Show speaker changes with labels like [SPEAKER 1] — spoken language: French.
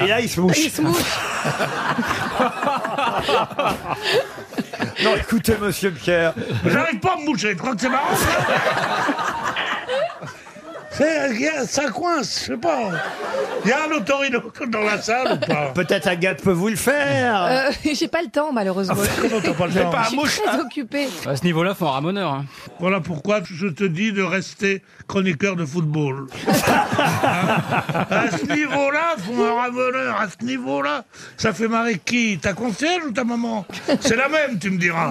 [SPEAKER 1] Et là, il se mouche.
[SPEAKER 2] Il se mouche.
[SPEAKER 1] Non, écoutez, monsieur Pierre.
[SPEAKER 3] J'arrive pas à me moucher, tu crois que c'est marrant ça C'est- y a- Ça coince, je sais pas. Il y a un autorino dans la salle ou pas
[SPEAKER 1] Peut-être Agathe peut vous le faire.
[SPEAKER 2] Euh, J'ai pas le temps, malheureusement.
[SPEAKER 3] Comment t'as pas le temps
[SPEAKER 2] Je suis très occupée.
[SPEAKER 4] À ce niveau-là, faut un ramoneur. hein.
[SPEAKER 3] Voilà pourquoi je te dis de rester chroniqueur de football. Hein à ce niveau-là, faut un ramoneur. À ce niveau-là, ça fait marrer qui Ta concierge ou ta maman C'est la même, tu me diras.